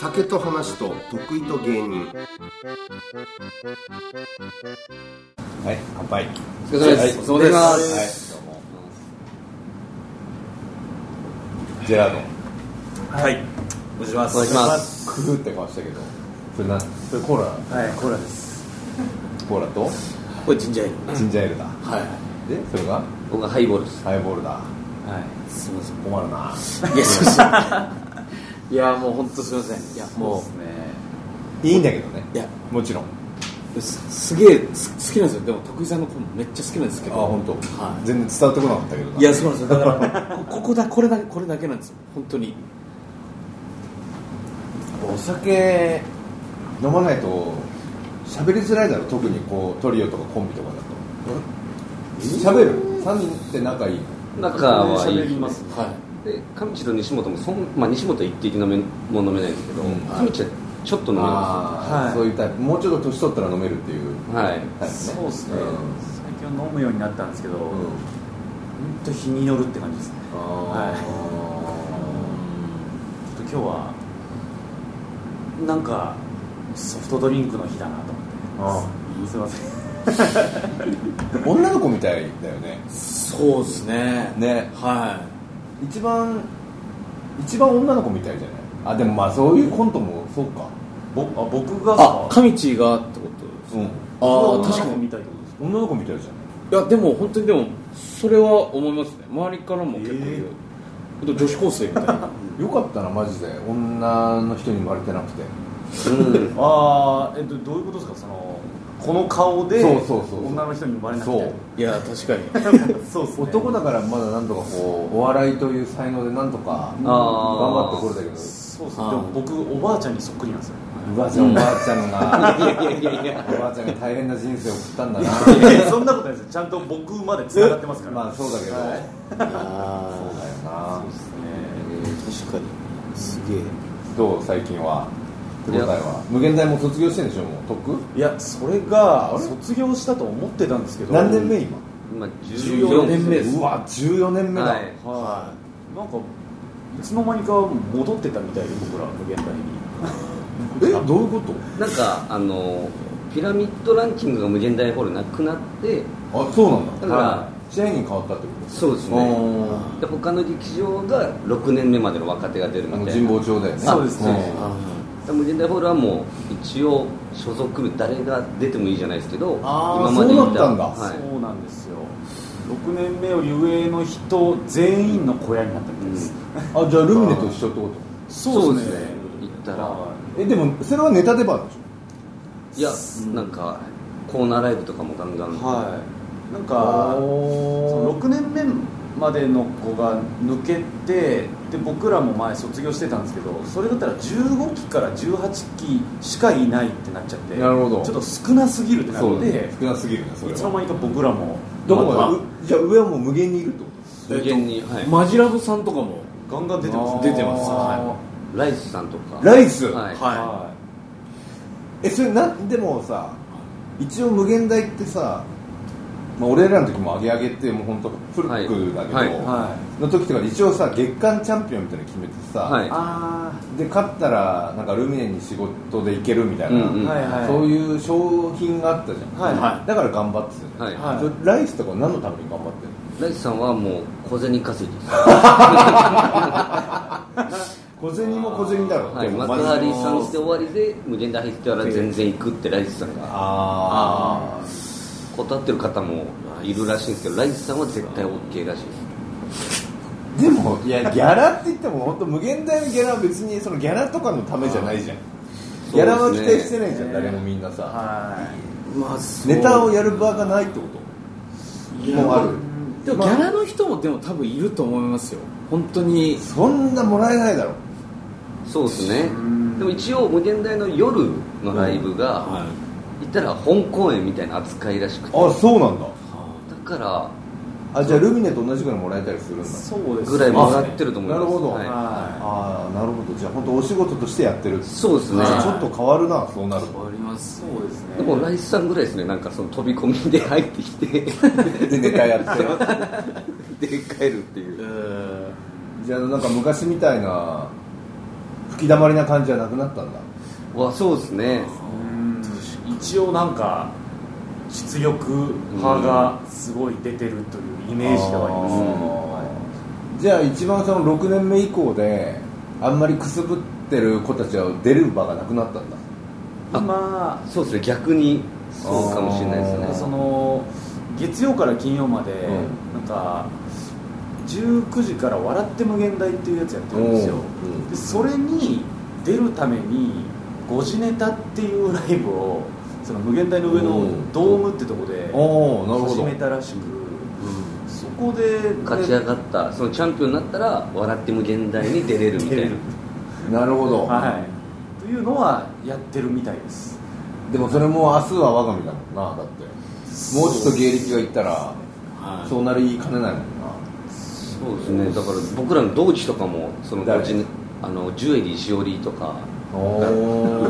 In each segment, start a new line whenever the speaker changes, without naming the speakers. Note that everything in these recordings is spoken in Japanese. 酒と話と得意と芸人
はい、乾杯。
お疲れ様で
はい
す。お疲れ様
は
で
い
す。
どうもジェラードン。
はい。おじま
い
す。
ただきます。
クーって顔したけど。それな、それコーラ、
はい、コーラです。
コーラと
これジンジャーエー
ジンジャーエールだ。
ル。はい。
で、それが
僕はハイボールです。
ハイボールだ。
はい。
すみません。
困るな。
いや、すみません。 いや、もう本当すみません。いや、も
そうですね。
いいんだけどね。
う、いや、
もちろん。
すすげえす好きなんですよ。でも、徳井さんのこともめっちゃ好きなんですけ
あ、
ど。
本当。
はい
全然伝わってこなかったけどな。
いや、そうなんですよ。だから、こここだ、これだけ、これだけなんですよ。本当に。
お酒飲まないと喋りづらいだろ特にこうトリオとかコンビとかだと喋る3人って仲いいの
仲はいい
ます。は
で上地と西本もそん、まあ、西本は一滴飲めも飲めないんですけど、
うん
上地はちょっと飲めま
あー
はい
そういうタイプもうちょっと年取ったら飲めるっていう
すはい
タイプね
そうですね
ん。
最近飲むようになったんですけど、
う
本
ん
当日によるって感じですね。
あ
ちょっと今日はなんかソフトドリンクの日だなと思って。すいません。
ー女の子みたいだよね
い。そうですね。
ね
は
一番一番女の子みたいじゃないあでもまあそういうコントもそうか
ぼあ僕
い。
が
あ、上地がってことです
うん
ああ、確
確
か
か
に
に。見たいってことです
女の子みたいじゃない
いやでも本当にでもそれは思いますね周りからも結構言う、本当女子高生みたいな
よかったなマジで女の人に生まれてなくて
うん
か。ああえっとどういうことですかそのこの顔で
そうそうそう
女の人に生まれなく
そう
て。
いや確かに
そうですね
男だからまだなんとかこうお笑いという才能でなんとか頑張ってこれだけど
そうです
あ
ね
ー
でも僕おばあちゃんにそっくりなんですよ
おばあちゃんおばあちゃんが
いやいやいやいや
おばあちゃんが大変な人生を送ったん だな
そんなことないですよちゃんと僕まで繋がってますから
まあそうだけどそう
は
だ
い
よ
あ
な
そうですね
確かにすげえ
どう最近は手応えは無限大も卒業してんでしょもうとっく
いやそれが
あれ
卒業したと思ってたんですけど
何年目今
今
14年目です
うわ14年目だ、
はい
はいなんかいつの間にか戻ってたみたいで僕ら無限大に
えどういうこ
なんかあのピラミッドランキングが無限大ホールなくなって
とあそうなんだ
だから
い支配人変わったってこと
そうですね
あ
で他の劇場が6年目までの若手が出る
ーあ
み
の
たい
神
な
保町だよね
そうですね
ん
あ
無限大ホールはもう一応所属誰が出てもいいじゃないですけど
あー
今までい
そうだったんだ
はい
そうなんですよ6年目より上の人全員の小屋になったみたいです、
あじゃあルミネと一緒ってこ
そうですね行ったら
はい
とえでもそれはネタでばでしょ
いやなんかコーナーライブとかもガンガン
はいなんかその6年目までの子が抜けてで僕らも前卒業してたんですけどそれだったら15期から18期しかいないってなっちゃって
なるほど
ちょっと少なすぎるってな
そう
っ
だね
て
少なすぎるねそれ
い
は
つの間にか僕らも
どこ
ま
が
た
うじゃあ上はもう無限にいるってこ
無限に、はい、
マジラブさんとかも
ガンガン出てま
と
す
出てます
は
ライスさんとか
ライス
はい、
い、
はい
は
えそれなんでもさ一応無限大ってさ、まあ、俺らの時も上げ上げってもう本当古くだけど、
はい
いは
の時とかで一応さ月間チャンピオンみたいなの決めてさ、
はい
いあ
で勝ったらなんかルミネに仕事で行けるみたいな、
う
ー
ん
はいはい
そういう商品があったじゃん、
はい
は
だから頑張ってたじゃん、
は
は
い
い
それライスとか何のために頑張ってるの
ライスさんはもう小銭稼ぎです、
小銭も小銭だろ
はい、
でも
幕
マジで
張さんして終わりで無限大入ってたら全然行くってライスさんが
ああ
断ってる方もいるらしいんですけどライスさんは絶対 OK らしいです
でもいやギャラって言っても本当無限大のギャラは別にそのギャラとかのためじゃないじゃん、ギャラは期待してないじゃん、
ね
誰もみんなさ、
はい
まあそう
ネタをやる場がないってこともうある
でもギャラの人もでも多分いると思いますよ本当に
そんなもらえないだろ
そうですね
ん
でも一応無限大の夜のライブが、
は
行ったら本公演みたいな扱いらしくて
あそうなんだ
だから
あじゃあルミネと同じぐらいもらえたりするんだ
そうですね
ぐらいもらってると思います
なるほど、
はい
は
ああなるほどじゃあ本当お仕事としてやってる
そうですね
じゃあちょっと変わるなそうなる
変わります
いそうですね
でもライスさんぐらいですねなんかその飛び込みで入って きて
とでネタやって
で帰るっていう
え ー
じゃあなんか昔みたいな吹き溜まりな感じはなくなったんだ
わそうですね
一応なんか実力派がすごい出てるというイメージではありますね、
あーじゃあ一番その6年目以降であんまりくすぶってる子たちは出る場がなくなったんだ
あ
ま
そうですね逆にそうかもしれないです
あ
ね
その月曜から金曜まで、
う
なんか19時から「笑って無限大」っていうやつやってるんですよ、
おううん
でそれに出るために「ゴジネタ」っていうライブをその無限大の上
お
の
う
ドームってとこで
おおなるほ
始
ど
めたらしく、そこで、
勝ち上がったそのチャンピオンになったら「笑って無限大」に出れるみた
出れ
い
る
な
なるほど、
はい、というのはやってるみたいです
でもそれも明日は我が身だもんなだってもうちょっと芸歴がいったら
はい
そうなりかねないもんな
そうですねだから僕らの同期とかもその
誰
ゴジネあのジュエリーしおりとか
おー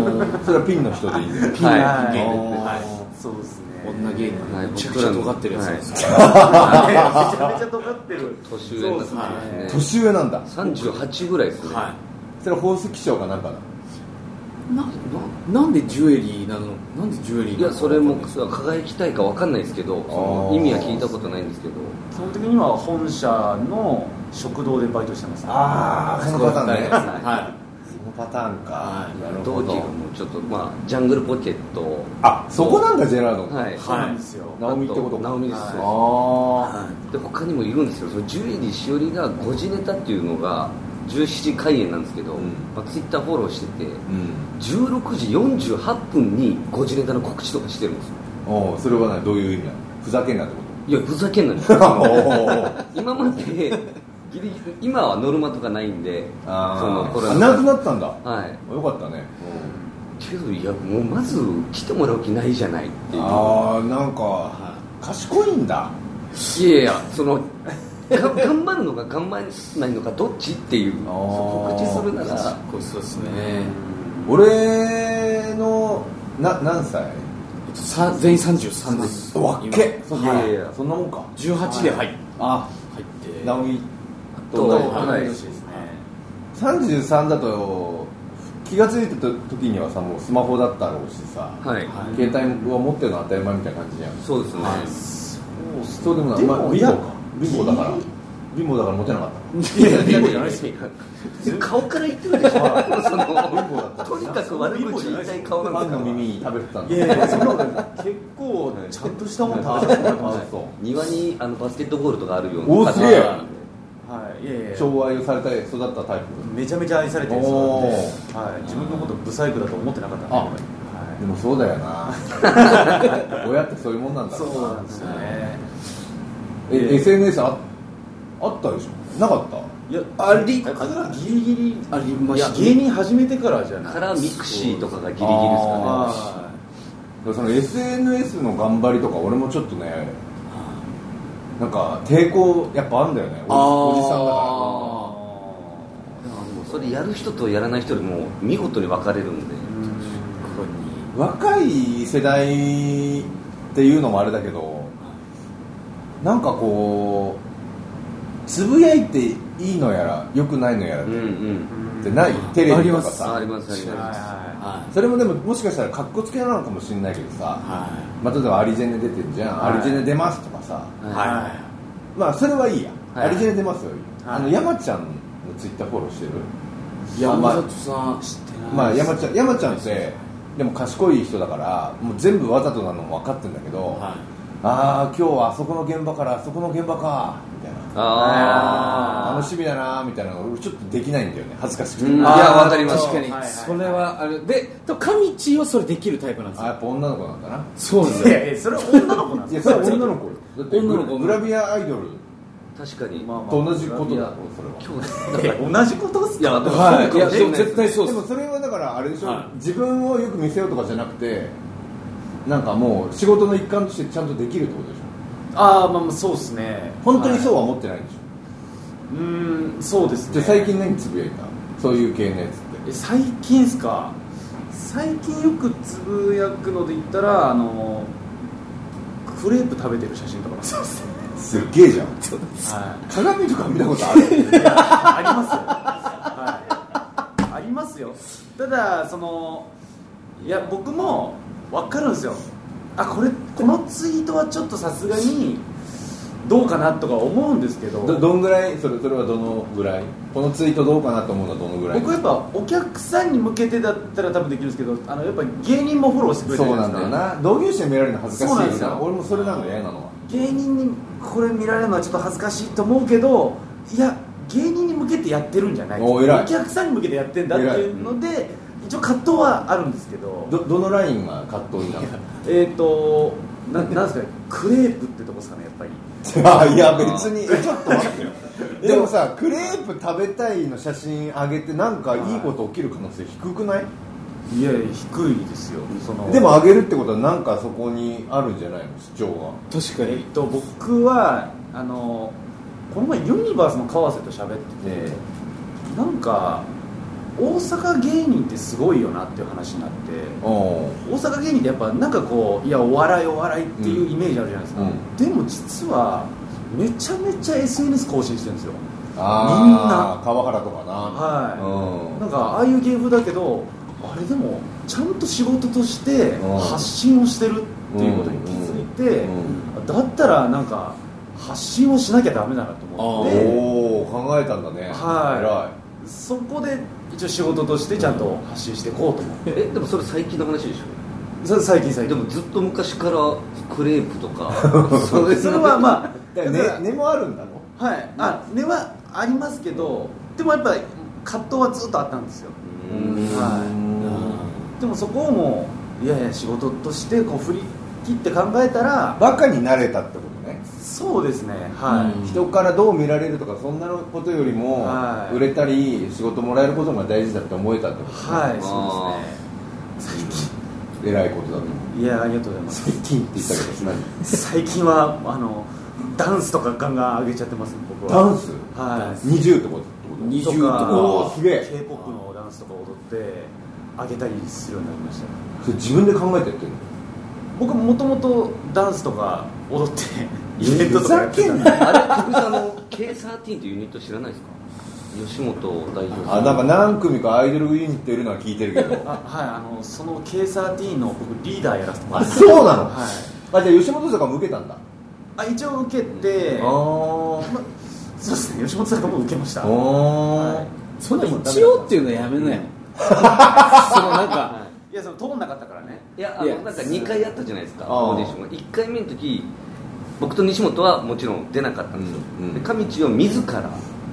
それはピンの人でいいね
はい
はい
ピン
芸人
はいそうですね
女芸人
はい
めちゃくちゃ尖ってるやつです
僕
めちゃめちゃ尖ってる
年上
そう
の
で
方
すね
で
年上なんだ
すね38ぐらいですね、
は
それは宝石商かなんかだ
いなななんでジュエリーなのなんでジュエリー
い
なの
やそれもそう輝きたいかわかんないですけどその
あー
意味は聞いたことないんですけど
基本的には本社の食堂でバイトしてますね
ああそのパターンね
は
そのパターンか、
はい
なる
同
ほ
期
ど
がもうちょっとまあジャングルポケット
あそこなんだジェラード
はい
い
そうなんですよ
ナオミってことか
ナオミです
はい
そうです
あ
で他にもいるんですよそのジュエリーしおりがゴジネタっていうのが17時開演なんですけど、
うん
まあ、ツイッターフォローしてて
あうん
16時48分にゴジネタの告知とかしてるんですよ
おうそれは何どういう意味なのふざけんなってこ
いやふざけんなです よ
とおー
今までギリギリ今はノルマとかないんで
あー
そのコロ
あ
ナ
なくなったんだ
はい
よかったね
けどいやもうまず来てもらう気ないじゃないっていう
ああなんか賢いんだ
いやいやそのが頑張るのか頑張らないのかどっちっていう
あー
そう告知するないら
こいつそうですね
俺のな何歳
えっとさ全員33です
わっけ
今
そ
いやいや
そんなもんか
18で入っ
あ
入って
直美
と
同じ
はい
同い年ですね
33だと気が付いた時にはさもうスマホだったろうしさ、
はい、
は
携帯を持ってるのは当たり前みたいな感じじゃん
そうですね、
そうっすね
そうでもない、まあ、
い
貧
や
乏か貧乏だから貧乏だから持てなかった
いやいやいやいやいや
顔から言ってるでしょそ
乏だった
の
し
とにかく悪口言いたい顔
パン
な
の
んですから
耳食べてたん
い
だ
やいやそんなことない結構ちゃんとしたもん
あ
食べてた
あそう
庭にあのバスケットボールとかあるような
おーすげえ
はいいやいやいや
昭和をされた育ったタイプ
めちゃめちゃ愛されてるんですよ
おー
はい自分のことブサイクだと思ってなかったんで
あ
はい
でもそうだよな親ってそういうもんなんだろ
そうなんですよね
え
ええ
SNS ああったでしょなかった
いや
あり
ギリギリ
ありま
いや
した
芸人始めてからじゃない
からミクシーとかがギリギリです
あ
か
は
でもその SNS の頑張りとか俺もちょっとねなんか抵抗やっぱあんだよねおじおじさんだか
い
あ
ねそれやる人とやらない人でも見事に分かれるんで
ら若い世代っていうのもあれだけどなんかこうつぶやいていいのやらよくないのやら
うんうん
ってないテレ
あ
ビ
り
とか
ます
ああ
さ
りますあり
はい
ます
は
は
それもでももしかしたらかっこつけなのかもしれないけどさ
いは
まあ、例えばアリジェネ出てんじゃん、
はい
アリジェネ出ますとかさ
い
はい
はい
まあそれはいいや、
はい
アリジェネ出ますよ、
はい
あの山ちゃんのツイッターフォローしてる、
山
ま
里さん知ってない
あ、まあ山ちゃん山ちゃんってでも賢い人だからもう全部わざとなのも分かってんだけど、
は
ああ今日はあそこの現場からあそこの現場かみたいな
あ
楽しみだなみたいなの俺ちょっとできないんだよね恥ずかしくて、
うん
い
あー
あ
やわかります
そう
確か
はいはい
にそれはあれでと上地はそれできるタイプなんです
あや
よ
っぱ女の子なんだな
そうなん
いいやいやそれは女の子なん
い
で
や
す
そ
よ
れは女の子よだって
女の子
グラビアアイドル
ー確かに
まあまあ
と同じことだろそれは
今日
いや同じことっすか
いやでも
はいいや
そうかもしれないです
絶対そう
で
で
も
す
それはだからあれでしょ、
はい
自分をよく見せようとかじゃなくてなんかもう仕事の一環としてちゃんとできるってことでしょ
ああまあまあそうっすね
本当にそう
は
は思ってないんでしょ、
いうーんそうですね
じゃあ最近何つぶやいたそういう系のやつって
え最近っすか最近よくつぶやくので言ったらあのクレープ食べてる写真とかもそうっすね
すっげえじゃん
はい
鏡とか見たことある
ありますよ、はい、ありますよただそのいや僕も分かるんですよあこれこのツイートはちょっとさすがにどうかなとか思うんですけど
どどんぐらいそれそれはどのぐらいこのツイートどうかなと思うのはどのぐらい
僕やっぱお客さんに向けてだったら多分できるんですけどあのやっぱ芸人もフォローしてくれてるん
そう
です
なん
ね
だよな同業者に見られるの恥ずかしいよ
そうなんです
な
よ
俺もそれなの嫌なのは
芸人にこれ見られるのはちょっと恥ずかしいと思うけどいや芸人に向けてやってるんじゃない
お偉い
客さんに向けてやってんだっていうので一応葛藤はあるんですけど
どどのラインが葛藤になる
えっ、ー、とななんですかねクレープってとこですかねやっぱり
の あい や別にえちょっと待 ってよでもさクレープ食べたいの写真あげてなんかいいこと起きる可能性低くない
いやいや低いですよその
でもあげるってことはなんかそこにあるんじゃないの主張が
確
え
か
っ
に
と僕はあのこの前ユニバースの川瀬と喋っててなんか大阪芸人ってすごいよなっていう話になって
お
大阪芸人ってやっぱなんかこういやお笑いお笑いっていうイメージあるじゃないですか、
うん
でも実はめちゃめちゃ SNS 更新してるんですよ
ああ川原とかな
はい
うん
なんかああいう芸風だけどあれでもちゃんと仕事として
うん
発信をしてるっていうことに気づいて、
うん
だったらなんか発信をしなきゃダメだなと思って
おお考えたんだね
はそこで一応仕事としてちゃんと発信していこうと思って、
えでもそれ最近の話でし
それ最近
ょ
最
で
近
もずっと昔からクレープとか そ
それはまあ
偉いだからね根もあるんだろ
はいあ根はありますけどでもやっぱり葛藤はずっとあったんですよ
うーん
は
はい
でもそこをもういやいや仕事としてこう振り切って考えたら
バカになれたってことね
そうですねはい、
うん
人からどう見られるとかそんなことよりも
はい
売れたり仕事もらえることが大事だって思えたってこと
はい
あ
そうですね
偉いことだと思う
最近いやありがとうございます
最近って言ったけど何
最近はあのダンスとかガンガン上げちゃってます僕
ダ
は
ンス
はい
20ってことってこと
20
とか
おおすげえ
K-POP のダンスとか踊って上げたりするようになりました
それ自分で考えてやってるの
僕もともとダンスとか踊ってイベントとかやってたんで
あれ徳井さんあの K13 というユニット知らないですか吉本を代表する
あなんか何組かアイドルユニットいるのは聞いてるけど
あはいあのその K13 の僕リーダーやらせてもら
あ
って
そうなの、
はい
あじゃあ吉本坂も受けたんだ
あ一応受けて、
あー
まそうですね吉本さんがもう受けました
お
は
そんな一応っていうのやめ なよそのなんか
い、いやその通んなかったからね
いやあ
いや
のなんか2回あったじゃないですか
あー
オーディションが1回目の時僕と西本はもちろん出なかったんですよ、
うんうん
で上地は自ら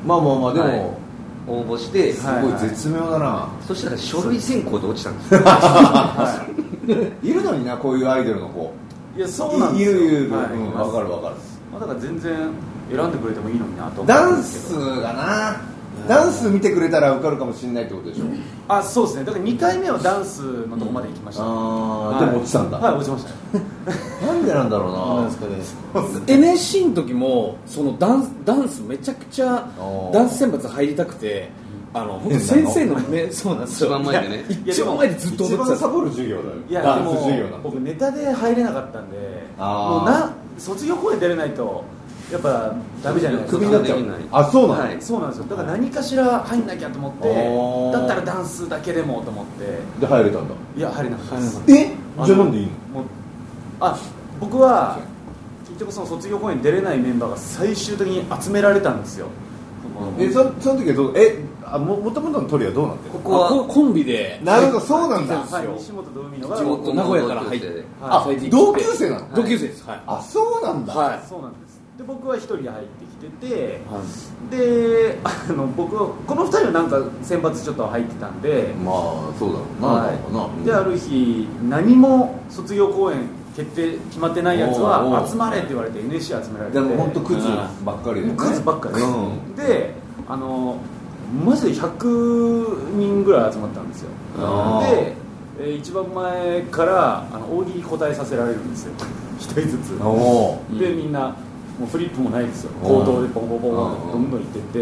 まあまあまあでも、
はい応募して、
す
はい
ごい絶妙だな、
そしたら書類選考で落ちたんですよ
い、るのになこういうアイドルの子
いやそうなんですよ
いるいる、
はい
うん、分かる分かる
まあ、だから全然選んでくれてもいいのになと思
ダ
うん
ン
ですけ
ス
ど
がなダンス見てくれたら受かるかもしれないってことでしょ、
あそうですねだから2回目はダンスのとこまで行きました、
ああ
はい
でも落ちたんだ、
はい落ちました
なんでなんだろうな
なんですかね
NSC の時もそのダンスダンスめちゃくちゃ
おー
ダンス選抜入りたくてあの本当先生の目そうなんですよ
一番前でね
いや一番前でずっと踊
一
ってたん
番
です
サ
よ
ボる授業だよ
いや
ダ
で
ンス授業な
も
んて
僕ネタで入れなかったんで
あー
もうな卒業公演出れないとやっぱダメじゃないですか
クビになっちゃ
で
う
きない
あそうなの、
はい
そうなんですよだから何かしら入んなきゃと思
お
って
ー
だったらダンスだけでもと思って
で入れたんだ
いや入れなかったです
え
あの
じゃあなんでいいの
もうあ僕は結局その卒業公演出れないメンバーが最終的に集められたんですよ
えそその時はどうえあももともとのトリはどうなってる
ここ
あこ
は
コンビで
なるほどそうなんだ
はい西本と海野が
地元名古屋から入って
はい
あ
最近来て
同級生なの
同級生ですはい
あそうなんだ、
は
そうなんですで僕は一人で入ってきてて
いはい
であの僕はこの二人はなんか選抜ちょっと入ってたんで、
まあそうだろうな、
は
なんかな、
い、である日何も卒業公演決定決まってないやつ
おうお
は
う
集まれって言われて NSC 集められて
でも本当
も
靴ばっかりで、ね、
うクズばっかりです、
うん
であのマジで100人ぐらい集まったんですよ
あー
で、えー一番前からあの大喜利答えさせられるんですよ一人ずつ
おお
でみんなもうフリップもないですよ
うん
口頭でポンポンポンポン
う
ど
ん
んどん行ってって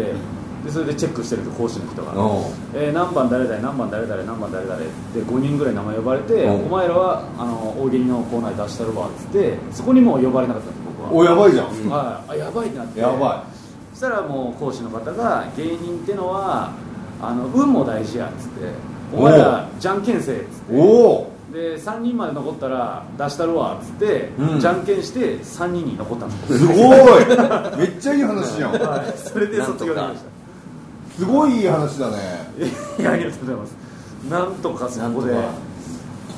でそれでチェックしてると講師の人が
お
えー何番誰々何番誰々何番誰々で5人ぐらい名前呼ばれて、
うん
お前らはあの大喜利のコーナーに出したるわっつってそこにもう呼ばれなかったんです僕は
おやばいじゃん、
はい、あやばいってなって
やば
そしたらもう講師の方が芸人ってのはあの運も大事やっつってお前らじゃんけんせえっつっ
いおお
てで3人まで残ったら出したるわっつって、
うん
じゃんけんして3人に残ったんです
すごいめっちゃいい話じゃん
はい、 それで卒業できまし
すごいいい話だね
たいやありがとうございますなんとかそこで
なんと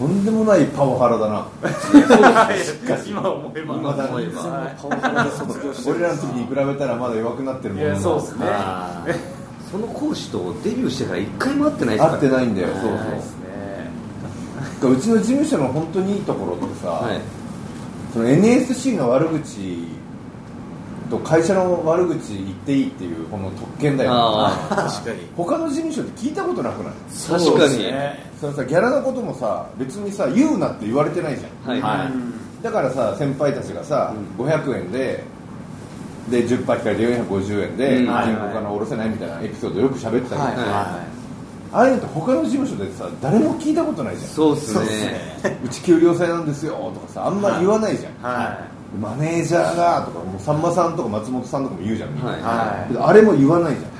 とんでもないパワハラだな
はい今思えば
今だね
は
パワハラで卒業して
俺らの時に比べたらまだ弱くなってる
い、
も
い
んな
やそうですね
あーその講師とデビューしてから一回も会ってないですから
合ってないんだよ
は
そう
ないで
そう
すね
だからうちの事務所の本当にいいところってさ、
はい
その NSC の悪口と会社の悪口言っていいっていうこの特権だよ
ああ
確かに
他の事務所って聞いたことなくない
確かに
そのさギャラのこともさ別にさ言うなって言われてないじゃん
はい
い
だからさ先輩たちがさ、500円でで10パー引かれて450円で
う
銀
ん
行からおろせないみたいなエピソードよく喋ってたけど、
はいは
ああいうのって他の事務所でさ誰も聞いたことないじゃん
そうっす
そうです
ね
ね
うち給料制なんですよとかさあんま言わないじゃん、
は
マネージャーがとかもうさんまさんとか松本さんとかも言うじゃん、
はい
いは
あれも言わないじゃん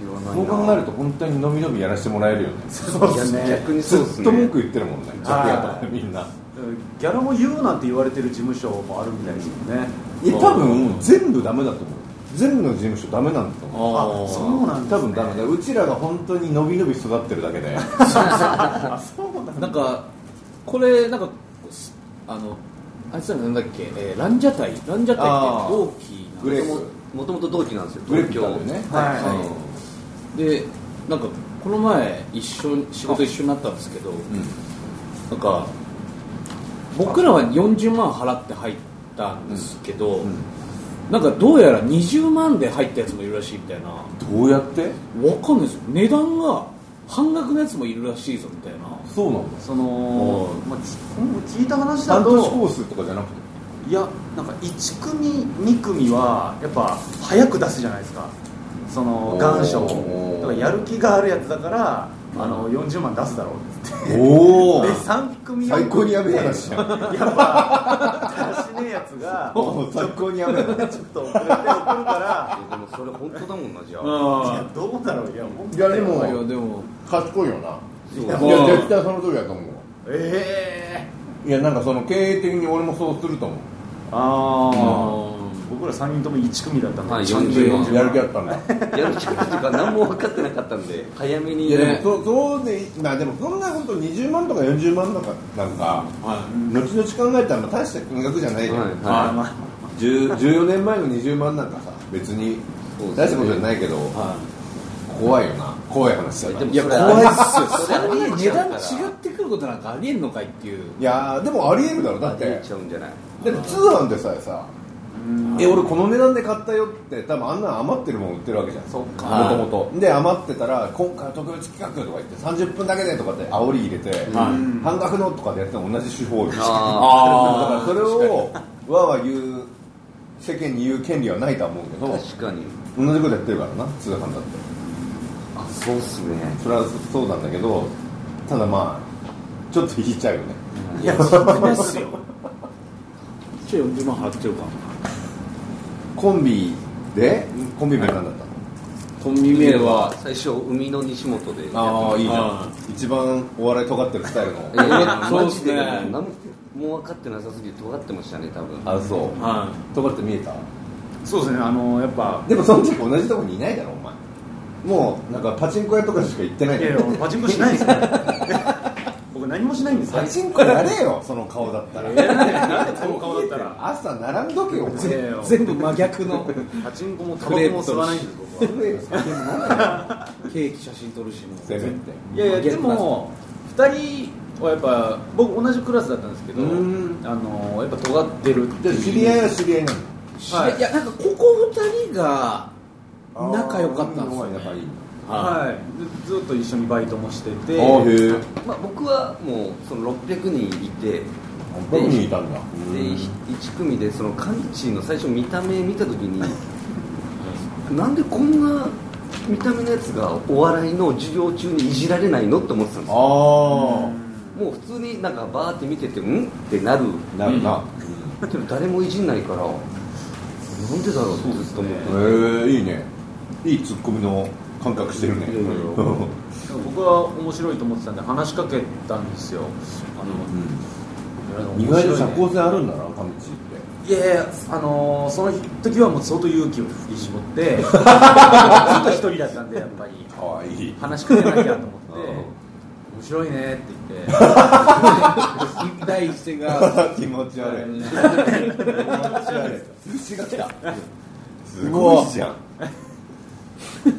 言わない
そう考えると本当にのびのびやらせてもらえるよね
そうですね
逆に
ず
そうっす
っ
ね
と文句言ってるもんね楽
はい
屋とかでみんな
ギャラも言うなんて言われてる事務所もあるみたいですよね
いや多分全部ダメだと思う全部の事務所ダメなんだと思う
あそうなんで
多
す
分
ね
ダメだうちらが本当にのびのび育ってるだけ で
あそうなんだ
なんかこれなんかすあのあいつらなんだっけ、えーランジャタイランジャタ
あー
イって同期なん
グレープ
もともと同期なんですよ
グレー
東
プ
京
だよね
はい
でなんかこの前一緒に仕事一緒になったんですけどなんか僕らは40万払って入ったんですけど、
ん
なんかどうやら20万で入ったやつもいるらしいみたいなわ
うんどうやって
かんないですよ値段が半額のやつもいるらしいぞみたいな
そうなんだ
その
うん、
まあ、き今後聞いた話だ
半年
と
コースとかじゃなくて
いやなんか1組2組はやっぱ早く出すじゃないですかその
おー
願書をだからやる気があるやつだからあの40万出すだろうっつって
おお
で3組
最高にやべえ話
や
じゃん
っぱ出しねえやつが
もう最高にやべえ話
ちょっと遅れて送るか
いやでもそれ本当だもんなじゃあ
ら
あ
いやどうだろういや本当
いやでも
いやでも
賢いよな
そう
やあ
いや
ー
絶対その通りだと思
ええ
ういやなんかその経営的に俺もそうすると思
あ
あ
あ
ー
僕ら3人とも1組だったの
はい
ちゃんと
40万
うやる気あったんだ
やる気っていうか何も分かってなかったんで早めに
いやでも
ね
そそうでまあでもそんな本当20万とか40万とかなんか
は
後々考えたらまあ大した金額じゃないじゃん、
はい
まあ
は
まあ
10 14年前の20万なんかさ別に
そうですね
大したことじゃないけど、
いは
怖いよな怖い話だ
い
な
でも
いや
それ
怖いっすよ
そ
そ
れ
れ
ありえ
に
ち
値
ゃう
段
か
違
ら
ってくることなんかありえんのかいっていう
いやーでもありえるだろだ
あ
っ
出
て
ちゃうんじゃない
でも通販でさえさえ俺この値段で買ったよって多分あんな余ってるもん売ってるわけじゃん
そっか
もともとで余ってたら今回は特別企画とか言って30分だけでとかって煽り入れて、
ん
半額のとかでやっても同じ手法よだか
あ
ら それをわーわー言う世間に言う権利はないとは思うけ
あ
ど
確かに
同じことやってるからな通販だって
あそうっすね
それはそうなんだけどただまあちょっと引いちゃうよね
いやそんなっすよちょ40万払ってるか
コンビでコンビ名なんだったの、
コンビ名は
最初海の西本で
ああいいじゃ
は
ん一番お笑い尖ってるスタイルの
えー
そう
マ
っ
ジ
す
で
ね
何ももう分かってなさすぎて尖ってましたね多分
あそう、
は
尖って見えた
そうですねあのやっぱ
でもその時同じとこにいないだろお前もうなんかパチンコ屋とかしか行ってない
い
だ
やい
ろ
や俺パチンコしないんですよ 僕何もしないんですよ
パチンコやれよその顔だったら
なんでこの顔だったら
朝並んどけよお前
いやいや
全部真逆の
パチンコもタバコも吸わないんです僕は
食えよ酒も飲めよ
ケーキ写真撮るしも
せめて
いやいやでも2人はやっぱ僕同じクラスだったんですけどあ
うん
のやっぱ尖ってるって
じゃあ
いう
知り合いは知り合いなの
し
はい
いやなんかここ二人が仲良かったんですよ
あー海の方がやっぱいい
はいでずっと一緒にバイトもしてて
あーへえ
まあ、僕はもうその600人いてで
僕にいたんだ
1組でそのカンチの最初見た目見た時になんでこんな見た目のやつがお笑いの授業中にいじられないのって思ってたんですよ
あ
もう普通になんかバーって見ててうんってなる
あなるな
けど誰もいじんないからなんでだろうってずっと思って
え
た、
ー、いいねいいツッコミの感覚してるね
いやいやいや
僕は面白いと思ってたんで話しかけたんですよあの
意
面白
外
いね
と社交性あるんだな上地って
いやいやあのーその時はもう相当勇気を振り絞ってず っと一人だったんでやっぱり
かわい い
話しかけなきゃと思って
うん
面白いねって言 って
第一声が
気持ち悪い気持ち悪い牛が来たすごいじゃん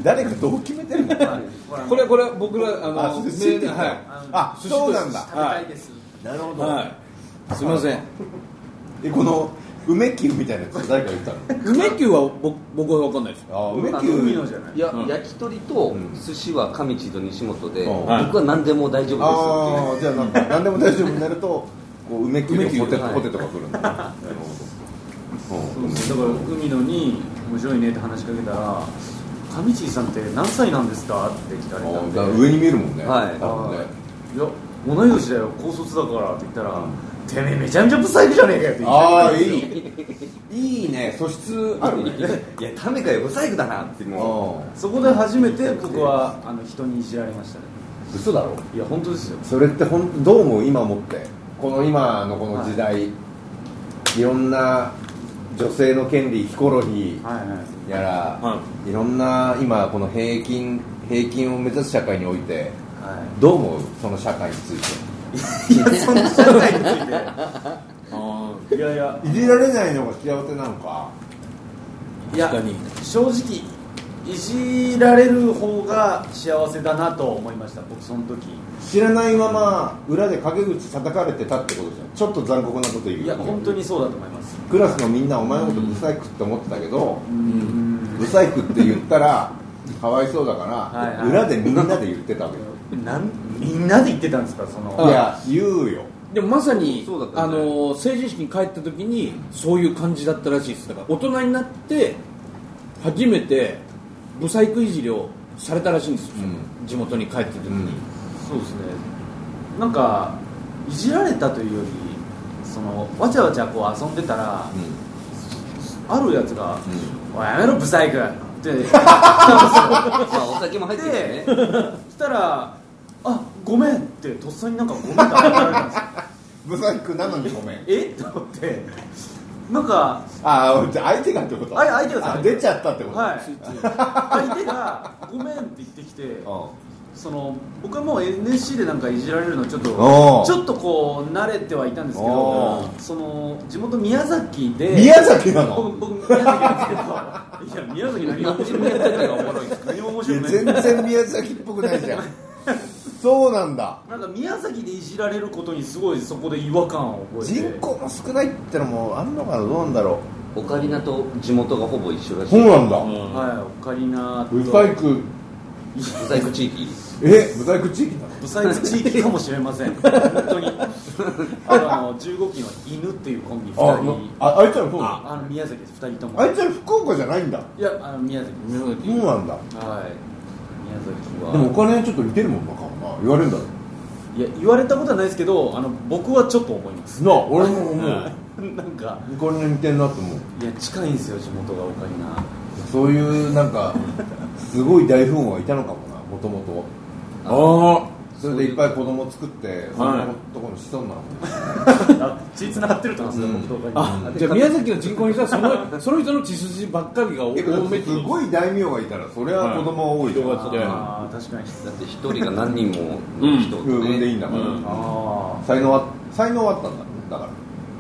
誰かどう決めてるの
これこれ僕らあ
あ
の
寿司って
メールはい
あそうなんだ
食べたいです、
なるほ
はいすいません
えこの梅球みたいなやつ誰か言ったの
梅球は僕僕は分かんないです
あ梅
あの海
球
のじゃない
いや、
うん
焼き鳥と
うん
寿司は上地と西本で、
うん
僕は何でも大丈夫です
ああじゃあなんか何でも大丈夫になるとこう梅球の
梅球
ポテト
はい
ポテトが来るんだなるほど
そうそうだから海野に「面白いね」って話しかけたら「上地さんって何歳なんですか?」って聞かれた
うん
ん
あ
で
だから上に見えるもんね
はい
多分ね
いや同い年だよ高卒だからって言ったら「てめえめちゃめちゃブサイクじゃねえかよ」って言って
ああいいいいね素質あるね
いやタメかよ不細工だなっても
う
そこで初めて僕はあの人にいじられましたね
ん嘘だろ
いや本当ですよ
それってほんどう思う今思ってこの今のこの時代、い、ろんな女性の権利ヒコロヒ
はいはい
ーやら、、
はい
ろんな今この平均平均を目指す社会において
は
どう思うその社会について
いいやそんな社会につい
あ
ていやいや
いじられないのが幸せなのか
い
ー
や
確かに
正直いじられる方が幸せだなと思いました僕その時
知らないまま裏で陰口叩かれてたってことじゃんちょっと残酷なこと言う
いや本当にそうだと思います
クラスのみんなお前のことブサイクって思ってたけど、
うん
ブサイクって言ったらかわいそうだから、
はいはい
裏でみんなで言ってたわけよ
なんみんなで言ってたんですかその
いや言うよ
でもまさに、
そうだった
あ
よね
の成人式に帰った時にそういう感じだったらしいですだから大人になって初めてブサイクいじりをされたらしいんですよ、
う
地元に帰った時に、
そうですねなんかいじられたというよりそのわちゃわちゃこう遊んでたら、あるやつが「おいやめろブサイク」って言っ
う、まあ、お酒も入ってる
て
しね
したら「あごめん」ってとっさになんか「ごめん」って謝られたんですよ
ブサイクなのにごめん
えっと思ってなんか
ああ相手がってこと
あ相手が
あ出ちゃったってこと
はい相手が「ごめん」って言ってきてその僕はもう NSC でなんかいじられるのちょっと
おー
ちょっとこう慣れてはいたんですけ
お
ど
ー
その地元宮崎で
宮崎なの
僕僕宮崎なんですけどいや宮崎何が面白い宮崎がおもろいです何も面
い
白
や
くない
全然宮崎っぽくないじゃん そうなんだ
なんか宮崎でいじられることにすごいそこで違和感を覚えて
人口も少ないってのもあんのかなどうなんだろ
オカリナと地元がほぼ一緒ら
う
しい
んだ
はいオカリナと
ブサイク
不細工地域
えブサイク地域なの
ブサイク地域かもしれません本当に あのあの15期の犬っていうコンビ2人
あああいつらそうなの
あの宮崎です2人とも
あいつら福岡じゃないんだ
いやあの宮崎ですはい
そうなんだ
宮崎は
でもお金ちょっと似てるもんな顔な言われるんだろ
いや言われたことはないですけどあの僕はちょっと思います
なあ俺も思 う
なんか
これ似てるなと思う
いや近いんですよ地元がオカリナ
そういうなんかすごい大富豪がいたのかもなもともと
あ
それでいっぱい子供作ってそのとこの子孫なの
あ血つな がってると思うんですよ、僕とオカリナ
あじゃあ宮崎の人口にしたらそのその人の血筋ばっかりが多め
え
って
だって
こ
すごい大名がいたらそれは子供は多いじゃん
はい人が強い
あー確かに
だって一人が何人もの人をね、
産んでいいんだから、
うん
ああ
才能は才能はあったんだろうねだから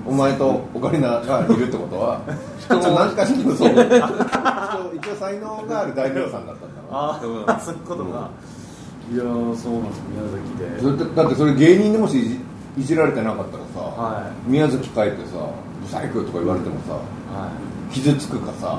お前とオカリナがいるってこと は人
人を
を何かしらそう一応才能がある大名さんだったんだから
あーそういうことが、いやーそうなんです宮崎
そ
で
れってだってそれ芸人でもしいじいじられてなかったらさ、
は
宮崎帰ってさ「ブサイク」とか言われてもさ
は
傷つくかさ、
い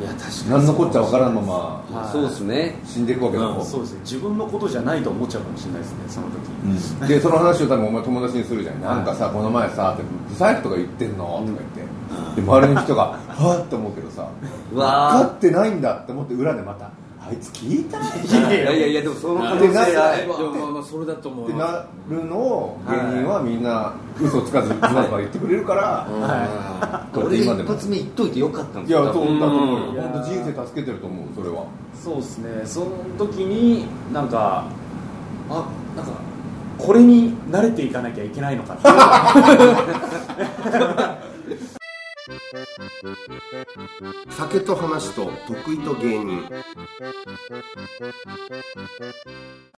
いや確かに
何のこっちゃ分からんまま
まあそうですね
死んでいくわけだもん、
そうですね自分のことじゃないと思っちゃうかもしれないですねその時、
うんでその話を多分お前友達にするじゃん、なんかさこの前さってブサイクとか言ってんのとか言ってで周りの人がはぁって思うけどさ
う
分か
わ
ってないんだって思って裏でまた「あいつ聞いたっ
いやいやいやでもその可能性
は
はい
で
い
もまあまあそれだと思う
て
な
なるのを芸人はみんな嘘つかずズバズバ言ってくれるからこうやっ
俺
て
一
今でも
発目言っといてよかったん
い
です
や
よ
そうだと
多分
思う
うん
よ本当人生助けてると思うそれは
そうですねその時になんかあなんかこれに慣れていかなきゃいけないのかっていうのが
酒と話と得意と芸人